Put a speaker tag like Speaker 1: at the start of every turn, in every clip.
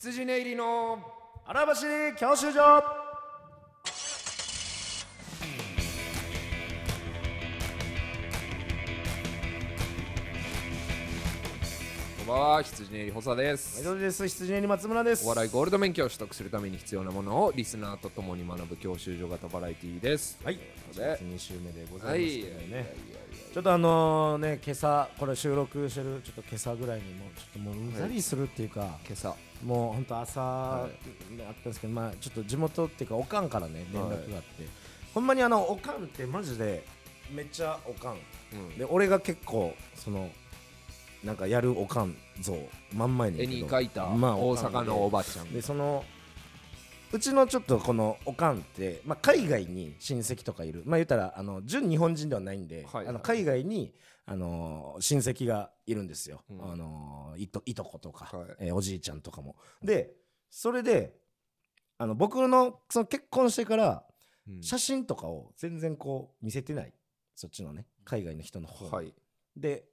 Speaker 1: 羊寝入りの
Speaker 2: 荒橋教習所
Speaker 1: こんばんは羊寝入り補佐です
Speaker 2: メドです羊に松村です
Speaker 1: お笑いゴールド免許を取得するために必要なものをリスナーとともに学ぶ教習所型バラエティーです
Speaker 2: はい
Speaker 1: というこ
Speaker 2: 2週目でご
Speaker 1: とでは
Speaker 2: ざいま
Speaker 1: い
Speaker 2: す
Speaker 1: い
Speaker 2: け
Speaker 1: や
Speaker 2: ど
Speaker 1: いやいやい
Speaker 2: ねちょっとあのね今朝これ収録してるちょっと今朝ぐらいにもうちょっともううざりするっていうか、
Speaker 1: 今朝
Speaker 2: もう本当朝、
Speaker 1: は
Speaker 2: あったんですけどまあちょっと地元っていうかおかんからね連絡
Speaker 1: はい
Speaker 2: があって、ほんまにあのおかんってマジでめっちゃおかん
Speaker 1: うん
Speaker 2: で俺が結構そのなんかやるおかん像真ん前に
Speaker 1: 絵
Speaker 2: いるけど
Speaker 1: に描いた
Speaker 2: まあ
Speaker 1: 大
Speaker 2: おかんで
Speaker 1: 阪のおばちゃん
Speaker 2: でそのうちのちょっとこのおかんって、まあ、海外に親戚とかいるまあ言ったらあの純日本人ではないん
Speaker 1: は
Speaker 2: で、
Speaker 1: いはい
Speaker 2: あの海外に、あのー親戚がいるんですよ、
Speaker 1: うん
Speaker 2: あのーいといとことか、
Speaker 1: はい
Speaker 2: えーおじいちゃんとかもでそれであの僕のその結婚してから
Speaker 1: うん
Speaker 2: 写真とかを全然こう見せてない、そっちのね海外の人の方に、
Speaker 1: はい
Speaker 2: で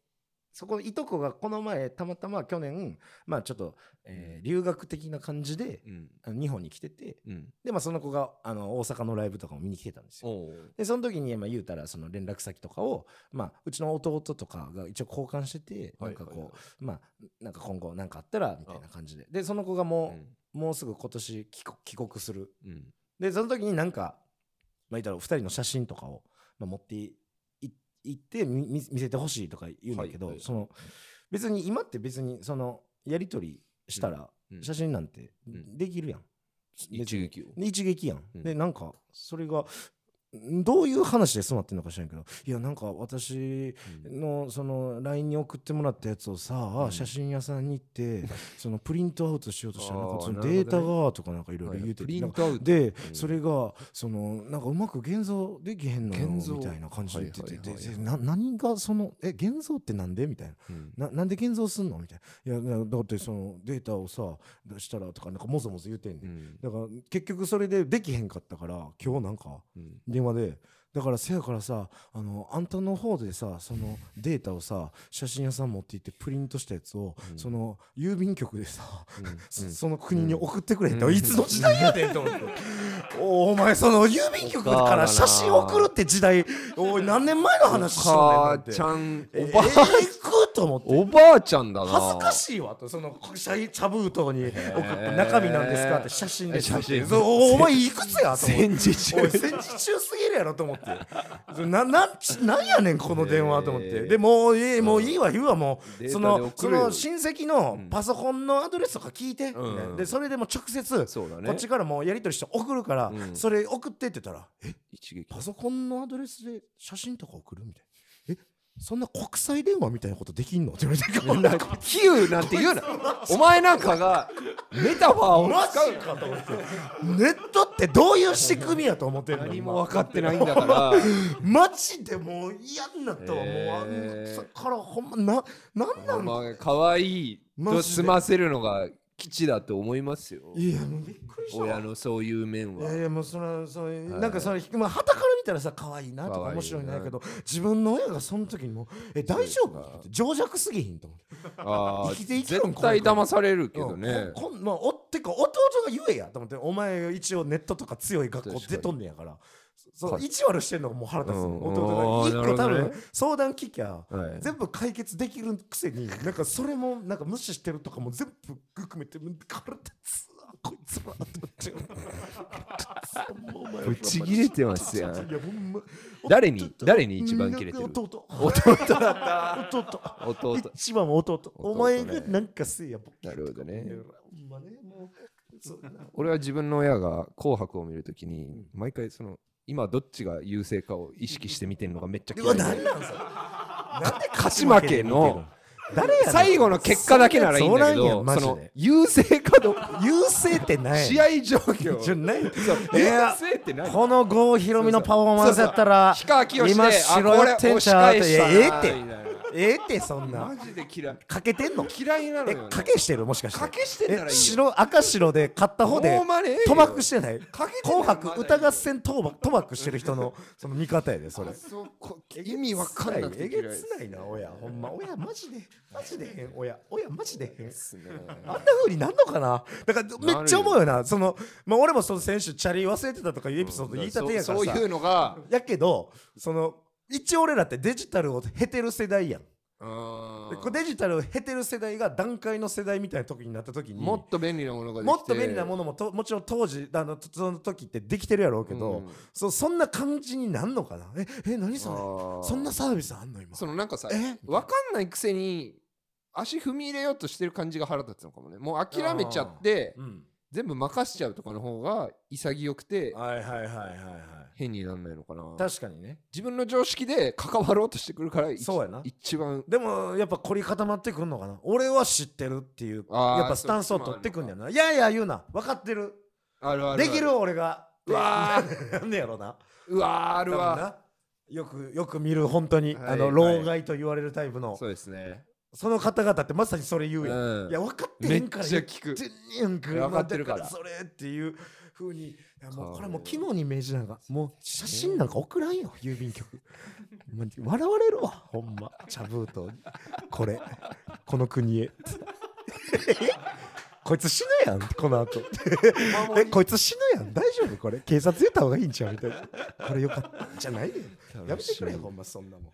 Speaker 2: そこのいとこがこの前たまたま去年まあちょっと、えー留学的な感じで
Speaker 1: うん
Speaker 2: あの日本に来てて
Speaker 1: うん
Speaker 2: で、まあ、その子があの大阪のライブとかも見に来てたんですよ。
Speaker 1: おう
Speaker 2: でその時に、まあ、言うたらその連絡先とかを、まあ、うちの弟とかが一応交換してて、
Speaker 1: はい
Speaker 2: なんかこう、
Speaker 1: はいは
Speaker 2: まあなんか今後何かあったらみたいな感じででその子がもう、もうすぐ今年帰国帰国する
Speaker 1: うんうん
Speaker 2: でその時になんか、まあ、言ったら2人の写真とかを、まあ、持っていい行ってみ見見せてほしいとか言うんだけど、
Speaker 1: はいはい
Speaker 2: その別に今って別にそのやり取りしたら
Speaker 1: うん
Speaker 2: 写真なんて
Speaker 1: ん
Speaker 2: できるやん。
Speaker 1: 一撃を
Speaker 2: で一撃やん。
Speaker 1: うん
Speaker 2: でなんかそれがんどういう話でそうなってんのか知らんけどいやなんか私
Speaker 1: うん
Speaker 2: のその LINE に送ってもらったやつをさ、
Speaker 1: うん
Speaker 2: 写真屋さんに 行ってそのプリントアウトしようとしたらなんか
Speaker 1: あー
Speaker 2: その
Speaker 1: なるほど
Speaker 2: デ
Speaker 1: ね
Speaker 2: ータがとかなんかいろいろ
Speaker 1: はい
Speaker 2: 言うて
Speaker 1: プ
Speaker 2: て
Speaker 1: リ
Speaker 2: な
Speaker 1: ン
Speaker 2: んか
Speaker 1: トアウト
Speaker 2: で、
Speaker 1: うん
Speaker 2: それがそのなんかうまく現像できへんのよ
Speaker 1: 現像
Speaker 2: みたいな感じで言ってて、
Speaker 1: はいはいはい
Speaker 2: ででな何がそのえ現像ってなんでみたいな
Speaker 1: うん
Speaker 2: ななんで現像すんのみたいないやなだってそのデータをさ出したらとかなんかもぞもぞ言うてんね、
Speaker 1: うんん
Speaker 2: だから結局それでできへんかったから今日なんか
Speaker 1: うん
Speaker 2: 電話でだからせやからさあのあんたの方でさそのデータをさ写真屋さん持って行ってプリントしたやつを、
Speaker 1: うん
Speaker 2: その郵便局でさ、
Speaker 1: うん
Speaker 2: そ
Speaker 1: うん
Speaker 2: その国に送ってくれって、
Speaker 1: うん
Speaker 2: いつの時代やでと思っておお前その郵便局から写真送るって時代おい何年前の話しとんねんな
Speaker 1: 母
Speaker 2: んて
Speaker 1: ちゃん
Speaker 2: え
Speaker 1: おば
Speaker 2: ええくと思って
Speaker 1: おばあちゃんだな
Speaker 2: 恥ずかしいわとそのシャイ茶封筒に送って
Speaker 1: ー
Speaker 2: 中身なんですかって写真で
Speaker 1: 写真
Speaker 2: そうおお前いくつやと思って
Speaker 1: 戦時中
Speaker 2: おい戦時中すぎるやろと思ってそうななんちなんやねんこの電話と思って、
Speaker 1: えー
Speaker 2: でもういいもういいわ言うわもう
Speaker 1: データで
Speaker 2: そ
Speaker 1: 送る
Speaker 2: の
Speaker 1: よ
Speaker 2: その親戚の
Speaker 1: うん
Speaker 2: パソコンのアドレスとか聞いて、
Speaker 1: うん
Speaker 2: みたいなでそれでもう直接
Speaker 1: そうだね
Speaker 2: こっちからもうやり取りして送るから、
Speaker 1: うん
Speaker 2: それ送ってって言ったらえ
Speaker 1: 一撃
Speaker 2: パソコンのアドレスで写真とか送るみたいなえそんな国際電話みたいなことできんのって言わ れてこんなこ
Speaker 1: 比喩なんて言うなお前なんかがメタファーを
Speaker 2: マジかと思ってネットってどういう仕組みやと思ってんの
Speaker 1: 何
Speaker 2: 今
Speaker 1: も分かってないんだから
Speaker 2: マジでもう嫌になったわ、
Speaker 1: へー
Speaker 2: もうあんそっからほんまななんな
Speaker 1: お
Speaker 2: んだ
Speaker 1: 前可愛いと済ませるのが基地だと思いますよ
Speaker 2: いやもうびっくりした
Speaker 1: 親
Speaker 2: わ
Speaker 1: のそういう面
Speaker 2: いやい
Speaker 1: は
Speaker 2: やもうそのそういう
Speaker 1: はい
Speaker 2: なんかそのまあはたから見たらさ可愛いなとか
Speaker 1: 可愛いな
Speaker 2: 面白いなけど自分の親がその時にもうえ大丈夫
Speaker 1: そうか
Speaker 2: って情弱すぎひんと思って
Speaker 1: あー
Speaker 2: 生きていけるん
Speaker 1: 絶対騙されるけど
Speaker 2: う
Speaker 1: ね
Speaker 2: んこんまあおってか弟が言えやと思ってお前一応ネットとか強い学校
Speaker 1: 確かに
Speaker 2: 出とんねやからそ
Speaker 1: は
Speaker 2: の
Speaker 1: い
Speaker 2: 意地悪してんのがもう腹立つ、
Speaker 1: うん
Speaker 2: 弟
Speaker 1: あ
Speaker 2: が
Speaker 1: ー
Speaker 2: 一個
Speaker 1: な
Speaker 2: 多
Speaker 1: るほどね
Speaker 2: 分相談聞きゃ
Speaker 1: はい
Speaker 2: 全部解決できるくせになんかそれもなんか無視してるとかも全部含めて腹立つわこいつらと思って
Speaker 1: ぶち切れてますやん
Speaker 2: いやほんま
Speaker 1: 誰に誰に一番切れてる
Speaker 2: 弟
Speaker 1: 弟だっ
Speaker 2: 弟
Speaker 1: た弟
Speaker 2: 一番は弟お前がなんかせいや
Speaker 1: なるほどね
Speaker 2: ほんまねもうそんな
Speaker 1: 俺は自分の親が「紅白」を見るときに毎回その今どっちが優勢かを意識して見てるのがめっちゃ
Speaker 2: う
Speaker 1: 嫌
Speaker 2: わ
Speaker 1: いで
Speaker 2: 何なんそれなんで
Speaker 1: 勝ち負けの
Speaker 2: 誰やねん
Speaker 1: 最後の結果だけならいいんだけ
Speaker 2: そうなんや
Speaker 1: ど
Speaker 2: マ
Speaker 1: そ
Speaker 2: ジで
Speaker 1: の優勢かどうか
Speaker 2: 優勢ってない
Speaker 1: 試合状況
Speaker 2: じゃないい
Speaker 1: 優
Speaker 2: や
Speaker 1: 勢って何
Speaker 2: この郷ひろみのパフォーマンスやったら
Speaker 1: 氷川きよしで
Speaker 2: 今
Speaker 1: あ
Speaker 2: 白やってんちゃう
Speaker 1: これ押し返したなみたいな
Speaker 2: ええってそんな
Speaker 1: マジで嫌い
Speaker 2: かけてんの
Speaker 1: 嫌いなの
Speaker 2: え
Speaker 1: よ、ね、
Speaker 2: かけしてるもしかして
Speaker 1: かけしてんなら
Speaker 2: え
Speaker 1: いいよ
Speaker 2: 白赤白で買った方で
Speaker 1: ほんまにええよ
Speaker 2: 賭博してない
Speaker 1: かけてんな
Speaker 2: 紅
Speaker 1: ら
Speaker 2: 白
Speaker 1: まだいいよ
Speaker 2: 歌合戦賭博賭博してる人の その見方やでそれ
Speaker 1: あそこ意味わかんなくて
Speaker 2: え
Speaker 1: 嫌
Speaker 2: げ
Speaker 1: いです
Speaker 2: つないな親ほんま親マジでマジでへん親親マジでへん
Speaker 1: ですね
Speaker 2: あんな風になんのかなだからめっちゃ思うよなそのまあ俺もその選手チャリ忘れてたとかいうエピソード言いたてやから
Speaker 1: そう
Speaker 2: さ
Speaker 1: いうのが
Speaker 2: やけどその一応俺らってデジタルを経てる世代やんでこうデジタルを経てる世代が段階の世代みたいな時になった時に
Speaker 1: もっと便利なものができて
Speaker 2: もっと便利なものもともちろん当時あのその時ってできてるやろうけど、
Speaker 1: うん
Speaker 2: そそんな感じになんのかなええ何
Speaker 1: あ
Speaker 2: そ
Speaker 1: ー
Speaker 2: れそんなサービスあんの今
Speaker 1: そのなんかさ
Speaker 2: え
Speaker 1: わかんないくせに足踏み入れようとしてる感じが腹立つのかもねもう諦めちゃって
Speaker 2: うん、
Speaker 1: 全部任せちゃうとかの方が潔くて
Speaker 2: はいはいはいはいはい
Speaker 1: 変になんないのかな
Speaker 2: 確かにね
Speaker 1: 自分の常識で関わろうとしてくるから一
Speaker 2: そうやな
Speaker 1: 一番
Speaker 2: でもやっぱ凝り固まってくんのかな俺は知ってるっていう
Speaker 1: あー
Speaker 2: やっぱスタンスを取ってくんだよないやいや言うな分かってる
Speaker 1: あるあ
Speaker 2: できる俺が
Speaker 1: うわ
Speaker 2: ーなんね やろな
Speaker 1: うわーある
Speaker 2: 多分
Speaker 1: わ
Speaker 2: なよくよく見る本当に、
Speaker 1: はい
Speaker 2: あの
Speaker 1: はい
Speaker 2: 老害と言われるタイプの
Speaker 1: そうですね
Speaker 2: その方々ってまさにそれ言うやん、
Speaker 1: うん
Speaker 2: いや分かって
Speaker 1: め
Speaker 2: へ
Speaker 1: っ
Speaker 2: んから
Speaker 1: ちゃ
Speaker 2: 言っ
Speaker 1: 聞く
Speaker 2: てんやんか
Speaker 1: いや分かってるから
Speaker 2: 今だそれっていうふうにいやもうこれはもう
Speaker 1: か
Speaker 2: 昨日に明示なんかもう写真なんか送らんよ郵便局もう笑われるわほんま茶封筒これこの国 へこいつ死ぬやんこの後えこいつ死ぬやん大丈夫これ警察言った方がいいんちゃうみたいなこれよかったじゃないねんやめてくれよほんまそんなもん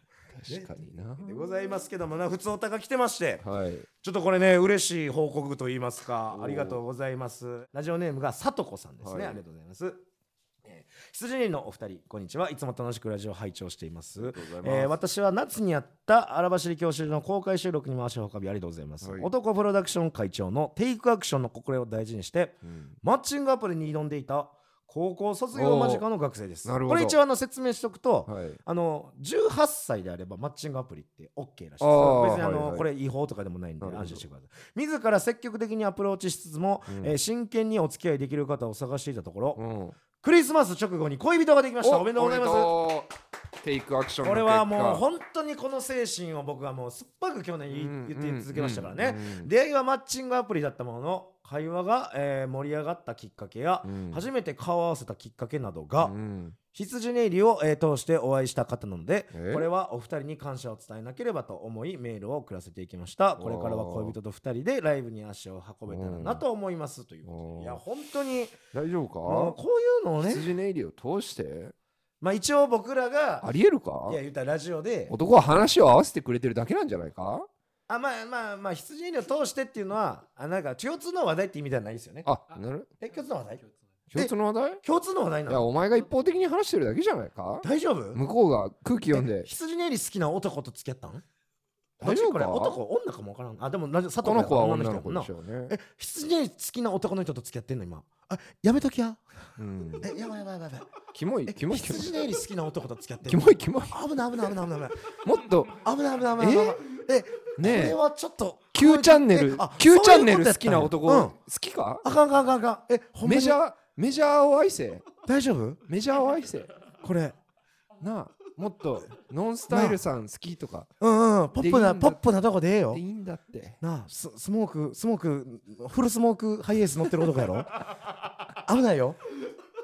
Speaker 1: 確かにな
Speaker 2: でございますけどもな普通おたが来てまして
Speaker 1: はい
Speaker 2: ちょっとこれね嬉しい報告と言いますか
Speaker 1: おー
Speaker 2: ありがとうございますラジオネームがさとこさんですね、
Speaker 1: はい
Speaker 2: ありがとうございます、えー羊人のお二人こんにちはいつも楽しくラジオ拝聴しています
Speaker 1: とうございます
Speaker 2: えー私は夏にやった荒走り教習所の公開収録にも足を運びありがとうございます、
Speaker 1: はい
Speaker 2: 男プロダクション会長のテイクアクションの心を大事にして
Speaker 1: うん
Speaker 2: マッチングアプリに挑んでいた高校卒業間近の学生です
Speaker 1: おーなるほ
Speaker 2: こ
Speaker 1: ど
Speaker 2: れ一応あの説明しておくと、
Speaker 1: はい
Speaker 2: あの18歳であればマッチングアプリって OK らしいです別に
Speaker 1: あ
Speaker 2: あ
Speaker 1: ー、
Speaker 2: の
Speaker 1: はいはい
Speaker 2: これ違法とかでもないんで
Speaker 1: なるほど
Speaker 2: 安心してください自ら積極的にアプローチしつつも、
Speaker 1: うん
Speaker 2: えー真剣にお付き合いできる方を探していたところ、
Speaker 1: うん
Speaker 2: クリスマス直後に恋人ができましたおめでとうございます
Speaker 1: すテイクアクションの
Speaker 2: これ
Speaker 1: 結果
Speaker 2: はもう本当にこの精神を僕はもう酸っぱく去年言い
Speaker 1: うん
Speaker 2: 言って続けましたからね、
Speaker 1: うん
Speaker 2: 出会いはマッチングアプリだったものの会話が、えー盛り上がったきっかけや、
Speaker 1: うん
Speaker 2: 初めて顔を合わせたきっかけなどが、
Speaker 1: うん
Speaker 2: 羊ネイリを、えー通してお会いした方なので
Speaker 1: え
Speaker 2: これはお二人に感謝を伝えなければと思いメールを送らせていきましたこれからは恋人と二人でライブに足を運べたらなと思いますということ
Speaker 1: お
Speaker 2: で
Speaker 1: ー
Speaker 2: いや本当に
Speaker 1: 大丈
Speaker 2: も
Speaker 1: 夫
Speaker 2: う
Speaker 1: か
Speaker 2: こういうのをね
Speaker 1: 羊ネイリを通して
Speaker 2: まあ一応僕ら
Speaker 1: あ
Speaker 2: が
Speaker 1: りえるか
Speaker 2: いや言ったらラジオで
Speaker 1: 男は話を合わせてくれてるだけなんじゃないか
Speaker 2: あまあまあまあ羊ネイリを通してっていうのはあなんか共通の話題って意味ではないですよね
Speaker 1: あなる
Speaker 2: え共通の話題
Speaker 1: 共通の話題
Speaker 2: 共通の話題ない
Speaker 1: や
Speaker 2: の
Speaker 1: お前が一方的に話してるだけじゃないか
Speaker 2: 大丈夫
Speaker 1: 向こうが空気読ん
Speaker 2: え
Speaker 1: で
Speaker 2: 羊ネイリ好きな男と付き合ったん
Speaker 1: 大丈夫
Speaker 2: こ
Speaker 1: か
Speaker 2: れ男女かもわからんあでもな佐藤
Speaker 1: この子は女の
Speaker 2: 人
Speaker 1: 子
Speaker 2: やもん
Speaker 1: で
Speaker 2: な
Speaker 1: しょうね
Speaker 2: え、羊に好きな男の人と付き合ってんの今。あ、やめときや。
Speaker 1: うん
Speaker 2: え、やばいやばいやばいやばい。
Speaker 1: キモい
Speaker 2: え
Speaker 1: キモいキモい
Speaker 2: 羊ねより好きな男と付き合って
Speaker 1: キ
Speaker 2: んの
Speaker 1: モいキモい
Speaker 2: 危ない危ない危ない危ない
Speaker 1: もっと
Speaker 2: 危ない危ない危ない危ない。え、
Speaker 1: ねえ
Speaker 2: これはちょっと。
Speaker 1: Q チャンネル
Speaker 2: えあ
Speaker 1: Q チャンネル好きな
Speaker 2: そういう
Speaker 1: 男
Speaker 2: ことや
Speaker 1: 好きか
Speaker 2: ったんやうんあかんあかんあかんあかん。え、ほんま
Speaker 1: メ
Speaker 2: に
Speaker 1: ジャーメジャーを愛せ
Speaker 2: 大丈夫
Speaker 1: メジャーを愛せ
Speaker 2: これ。
Speaker 1: なあもっとノンスタイルさん好きとか
Speaker 2: うんうん。ポップ
Speaker 1: でいい
Speaker 2: な、
Speaker 1: んだ
Speaker 2: ポップなとこでええよ
Speaker 1: でいい。んだって
Speaker 2: なあス、スモーク、スモーク、フルスモークハイエース乗ってる男や ろ危ないよ。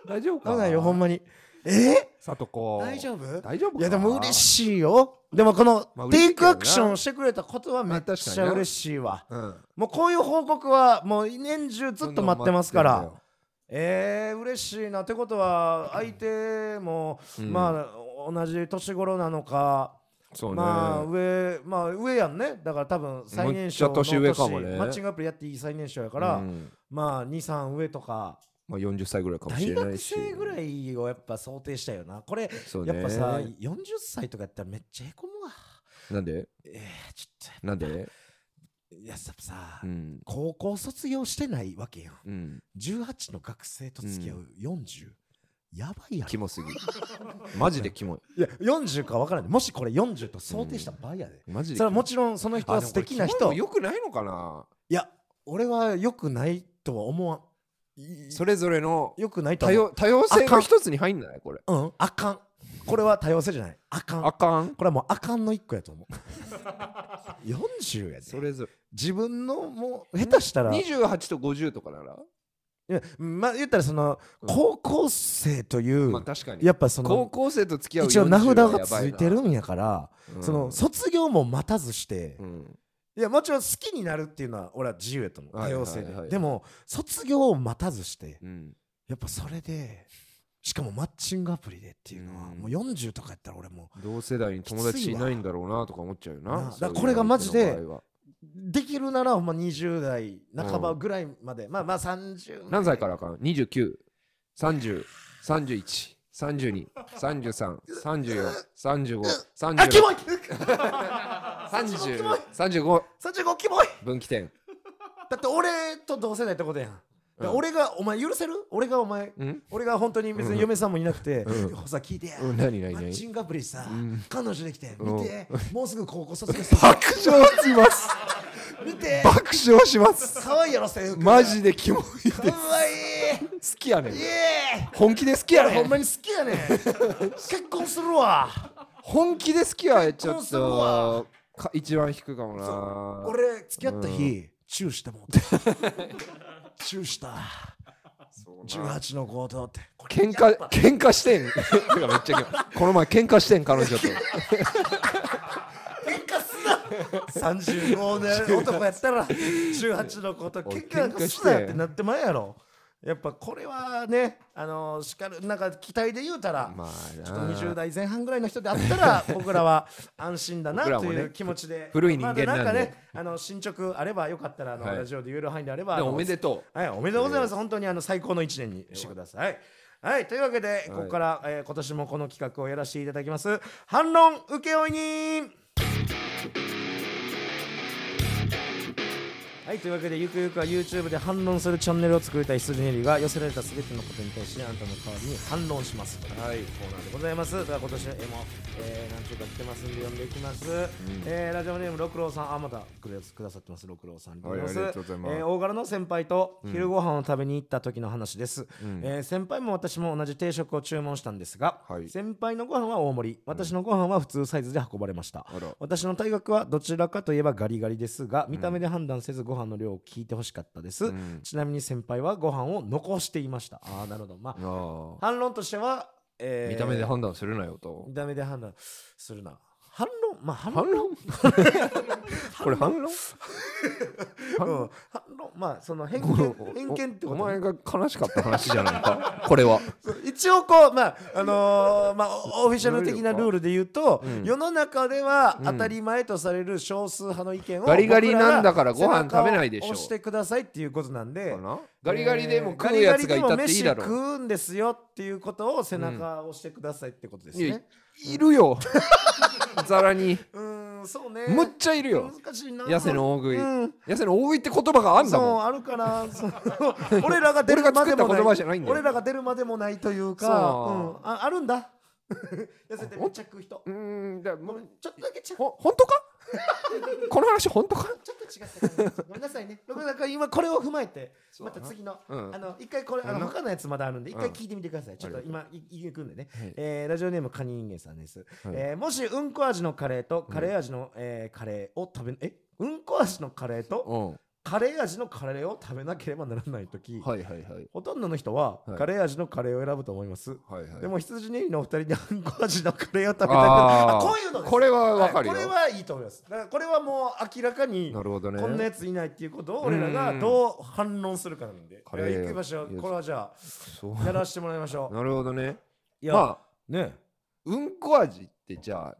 Speaker 1: 大丈夫
Speaker 2: 危
Speaker 1: か
Speaker 2: ないよ、ほんまに。え
Speaker 1: さとこ
Speaker 2: 大丈夫
Speaker 1: 大丈夫か
Speaker 2: いやでも嬉
Speaker 1: い、
Speaker 2: しいよでもこの
Speaker 1: まあ嬉し
Speaker 2: テ
Speaker 1: い
Speaker 2: イクアクションをしてくれたことはめっ
Speaker 1: まあ確
Speaker 2: ち
Speaker 1: かに
Speaker 2: ゃ
Speaker 1: な
Speaker 2: 嬉しいわ
Speaker 1: うん、
Speaker 2: もうこういう報告はもう年中ずっと待ってますからえー、嬉しいなってことは相手も、
Speaker 1: うん
Speaker 2: まあ同じ年頃なのか
Speaker 1: そうね、
Speaker 2: まあ上まあ上やんねだから多分最年少の
Speaker 1: めっちゃ年上かもね
Speaker 2: マッチングアプリやっていい最年少やから、
Speaker 1: うん
Speaker 2: まあ23上とか
Speaker 1: まあ、40歳ぐらいかもしれ
Speaker 2: 大
Speaker 1: ない
Speaker 2: 学
Speaker 1: し
Speaker 2: 生ぐらいをやっぱ想定したよなこれ
Speaker 1: そう、ね、
Speaker 2: やっぱさ40歳とかやったらめっちゃへこむわ
Speaker 1: なんで
Speaker 2: えー、ちょっ
Speaker 1: なんで
Speaker 2: といやささ、
Speaker 1: うん
Speaker 2: 高校卒業してないわけやん
Speaker 1: うん
Speaker 2: 18の学生と付き合う40、やばいやろ
Speaker 1: キモすぎマジでキモい
Speaker 2: いや40か分からないもしこれ40と想定した場合やで、
Speaker 1: マジで
Speaker 2: それはも
Speaker 1: ち
Speaker 2: ちろんその人は素敵な人い
Speaker 1: よくないのかな
Speaker 2: や俺はよくないとは思わん
Speaker 1: それぞれの
Speaker 2: よくないと
Speaker 1: 多
Speaker 2: は思
Speaker 1: 様多様性が一つに入んないこれ
Speaker 2: ううんあかんこれは多様性じゃないあかん
Speaker 1: あかん
Speaker 2: これはもうあかんの一個や と思う40や
Speaker 1: そ
Speaker 2: で
Speaker 1: れぞ
Speaker 2: 自分のもう下手した
Speaker 1: れ
Speaker 2: らい
Speaker 1: 28と50とかなら、
Speaker 2: やまあ言ったらその
Speaker 1: うん
Speaker 2: 高校生という、
Speaker 1: まあ確かに
Speaker 2: やっぱそ
Speaker 1: 高
Speaker 2: の
Speaker 1: 校生と付き合う
Speaker 2: 一応名札
Speaker 1: 40は
Speaker 2: が
Speaker 1: や
Speaker 2: つ
Speaker 1: ばない
Speaker 2: てるんやから、
Speaker 1: うん
Speaker 2: その卒業も待たずして、
Speaker 1: うん
Speaker 2: いやもちろん好きになるっていうのは俺は自由やと思う多
Speaker 1: はいはい
Speaker 2: 様
Speaker 1: はい
Speaker 2: 性ででも卒業を待たずして
Speaker 1: うん
Speaker 2: やっぱそれでしかもマッチングアプリでっていうのは
Speaker 1: うん
Speaker 2: もう40とかやったら俺も
Speaker 1: 同世代に友達いないんだろうなとか思っちゃうよ
Speaker 2: なあ
Speaker 1: な。
Speaker 2: だからこれがマジで
Speaker 1: そういう場合は
Speaker 2: うできるならほんま20代半ばぐらいまでまあまあ30
Speaker 1: 何歳からかな ?29、30、31、32、33、34、35、
Speaker 2: あキ
Speaker 1: 36
Speaker 2: モい
Speaker 1: 30
Speaker 2: 35
Speaker 1: 35
Speaker 2: 35キモい
Speaker 1: 分岐点。
Speaker 2: だって俺と同世代ってことやんだから俺がお前許せる俺がお前
Speaker 1: うん
Speaker 2: 俺が本当に別に嫁さんもいなくて
Speaker 1: うん
Speaker 2: 「さ聞いてや」
Speaker 1: うん、何何
Speaker 2: マッチ
Speaker 1: 何
Speaker 2: ングアプリさ、
Speaker 1: ん
Speaker 2: 彼女できて、
Speaker 1: うん
Speaker 2: 見て、もうすぐ高校卒業する。
Speaker 1: 爆笑します
Speaker 2: 見て、
Speaker 1: 爆笑します
Speaker 2: 可愛いやろ、制服。
Speaker 1: マジでキモいで
Speaker 2: かわいい。
Speaker 1: す。好きやねん
Speaker 2: イ。エ
Speaker 1: 本気で好き
Speaker 2: ーイ
Speaker 1: や
Speaker 2: 俺
Speaker 1: ね
Speaker 2: ほ
Speaker 1: ん
Speaker 2: ん。まに好きやねん。 結婚するわ。
Speaker 1: 本気で好きはちょ
Speaker 2: 婚
Speaker 1: っ
Speaker 2: するわ
Speaker 1: とか一番引くかもな。
Speaker 2: 俺、付き合った日、チューしてもうて。チューした。18の強盗って。これ
Speaker 1: 喧嘩
Speaker 2: やっぱ
Speaker 1: 喧嘩してん てかめっちゃ喧嘩この前喧嘩してん彼女と
Speaker 2: 喧嘩すな !35 年男やったら、18のこと喧嘩なんかすなよってなってまえやろ。やっぱこれはね、あのしかる、なんか期待で言うたら、
Speaker 1: まあ
Speaker 2: ちょっと20
Speaker 1: な
Speaker 2: 代前半ぐらいの人であった ら僕らは安心だな
Speaker 1: 僕ら
Speaker 2: と
Speaker 1: もね
Speaker 2: いう気持ちで
Speaker 1: 古い人間なんで
Speaker 2: まだなんかねあの進捗あればよかったらあの、
Speaker 1: はい
Speaker 2: ラジオで言える範囲であれば
Speaker 1: で
Speaker 2: あの
Speaker 1: もおめでと
Speaker 2: はい、おめでとうございます、本当にあの最高の1年にしてくださいはいというわけで、ここから、えー今年もこの企画をやらせていただきます反論請負人はいというわけでゆくゆくは YouTube で反論するチャンネルを作りたい羊ネリが寄せられた全てのことに対してあなたの代わりに反論します
Speaker 1: うはい
Speaker 2: コーナーでございます。では今年の絵も、えー、何週か来てますんで読んでいきます。えーラジオネーム六郎さん、あまたくれくださってます六郎さんありがとうござ
Speaker 1: はいあ
Speaker 2: いま
Speaker 1: りが
Speaker 2: す
Speaker 1: とう。ございます
Speaker 2: えー大柄の先輩と昼ご飯を食べに行った時の話です。えー先輩も私も同じ定食を注文したんですが、
Speaker 1: はい
Speaker 2: 先輩のご飯は大盛り、私のご飯は普通サイズで運ばれました。
Speaker 1: あら
Speaker 2: 私の大学はどちらかといえばガリガリですが見た目で判断せずご飯の量を聞いてほしかったです、
Speaker 1: うん
Speaker 2: ちなみに先輩はご飯を残していましたああなるほどまあ
Speaker 1: あ
Speaker 2: 反論としては、え
Speaker 1: あ
Speaker 2: ー
Speaker 1: 見た目で判断するなよと
Speaker 2: 見た目で判断するな反論まあ反論
Speaker 1: 反論これ反論
Speaker 2: うん反論まあその偏見
Speaker 1: これ
Speaker 2: 偏見って
Speaker 1: お
Speaker 2: こ
Speaker 1: お
Speaker 2: とね
Speaker 1: 前が悲しかった話じゃないかこれは
Speaker 2: 一応こうまああのーまあオオフィシャル的なルールで言うと、
Speaker 1: うん
Speaker 2: 世の中では
Speaker 1: うん
Speaker 2: 当たり前とされる少数派の意見を
Speaker 1: ガリガリなんだから
Speaker 2: 僕らが
Speaker 1: ご飯食べないでしょ
Speaker 2: 背中を押してくださいっていうことなんで
Speaker 1: かなガリガリでも
Speaker 2: えー
Speaker 1: 食うやつがいたっていいだ
Speaker 2: ガリガリでも
Speaker 1: ろう
Speaker 2: 飯食うんですよっていうことを背中を押してくださいってことです
Speaker 1: いや
Speaker 2: ね、
Speaker 1: いる よざらに
Speaker 2: うーんそうね
Speaker 1: むっちゃいるよ
Speaker 2: 難しいな
Speaker 1: 痩せの大食い
Speaker 2: うん
Speaker 1: 痩せの大食いって言葉があんだ
Speaker 2: そう
Speaker 1: もん
Speaker 2: あるからそう俺らが出るまで
Speaker 1: 俺が作った
Speaker 2: も
Speaker 1: 言
Speaker 2: な
Speaker 1: 葉
Speaker 2: い
Speaker 1: じゃないんだよ
Speaker 2: 俺らが出るまでもないというか
Speaker 1: そう
Speaker 2: うんああるんだ 痩せてめっちゃ食う人
Speaker 1: うーんだも
Speaker 2: ごめ
Speaker 1: うん
Speaker 2: ちょっとだけちゃ
Speaker 1: ほ本当か この話本当か
Speaker 2: ちょっと違ったからごめんなさいね六郎さん今これを踏まえて
Speaker 1: そう
Speaker 2: ま
Speaker 1: だな
Speaker 2: た次の、
Speaker 1: うん
Speaker 2: あの一回これあ
Speaker 1: あ
Speaker 2: の
Speaker 1: の
Speaker 2: 他のやつまだあるんで一回
Speaker 1: うん
Speaker 2: 聞いてみてください、ちょっと今いいくんでね、
Speaker 1: はい
Speaker 2: えーラジオネームカニ人間さんです、
Speaker 1: はい
Speaker 2: えーもしうんこ味のカレーとカレー味の、えーカレーを食べえうんこ味のカレーと
Speaker 1: うんは
Speaker 2: カレー味のカレーを食べなければならないとき、
Speaker 1: いはいはい
Speaker 2: ほとんどの人は
Speaker 1: はい
Speaker 2: カレー味のカレーを選ぶと思います。
Speaker 1: はいはい
Speaker 2: でも羊ネイリのお二人にあんこ味のカレーを食べたくなる
Speaker 1: あー
Speaker 2: あこういうのです
Speaker 1: これはわかるよ、
Speaker 2: はいこれはいいと思います。だからこれはもう明らかに
Speaker 1: なるほどね
Speaker 2: こんなやついないっていうことを俺らが
Speaker 1: うん
Speaker 2: どう反論するかなんで。
Speaker 1: カレー
Speaker 2: いや行きましょ。
Speaker 1: いうや
Speaker 2: これはじゃ
Speaker 1: そう
Speaker 2: あ やらせてもらいましょう。
Speaker 1: なるほどね
Speaker 2: いや、
Speaker 1: まあ
Speaker 2: ね
Speaker 1: うんこ味ってじゃあ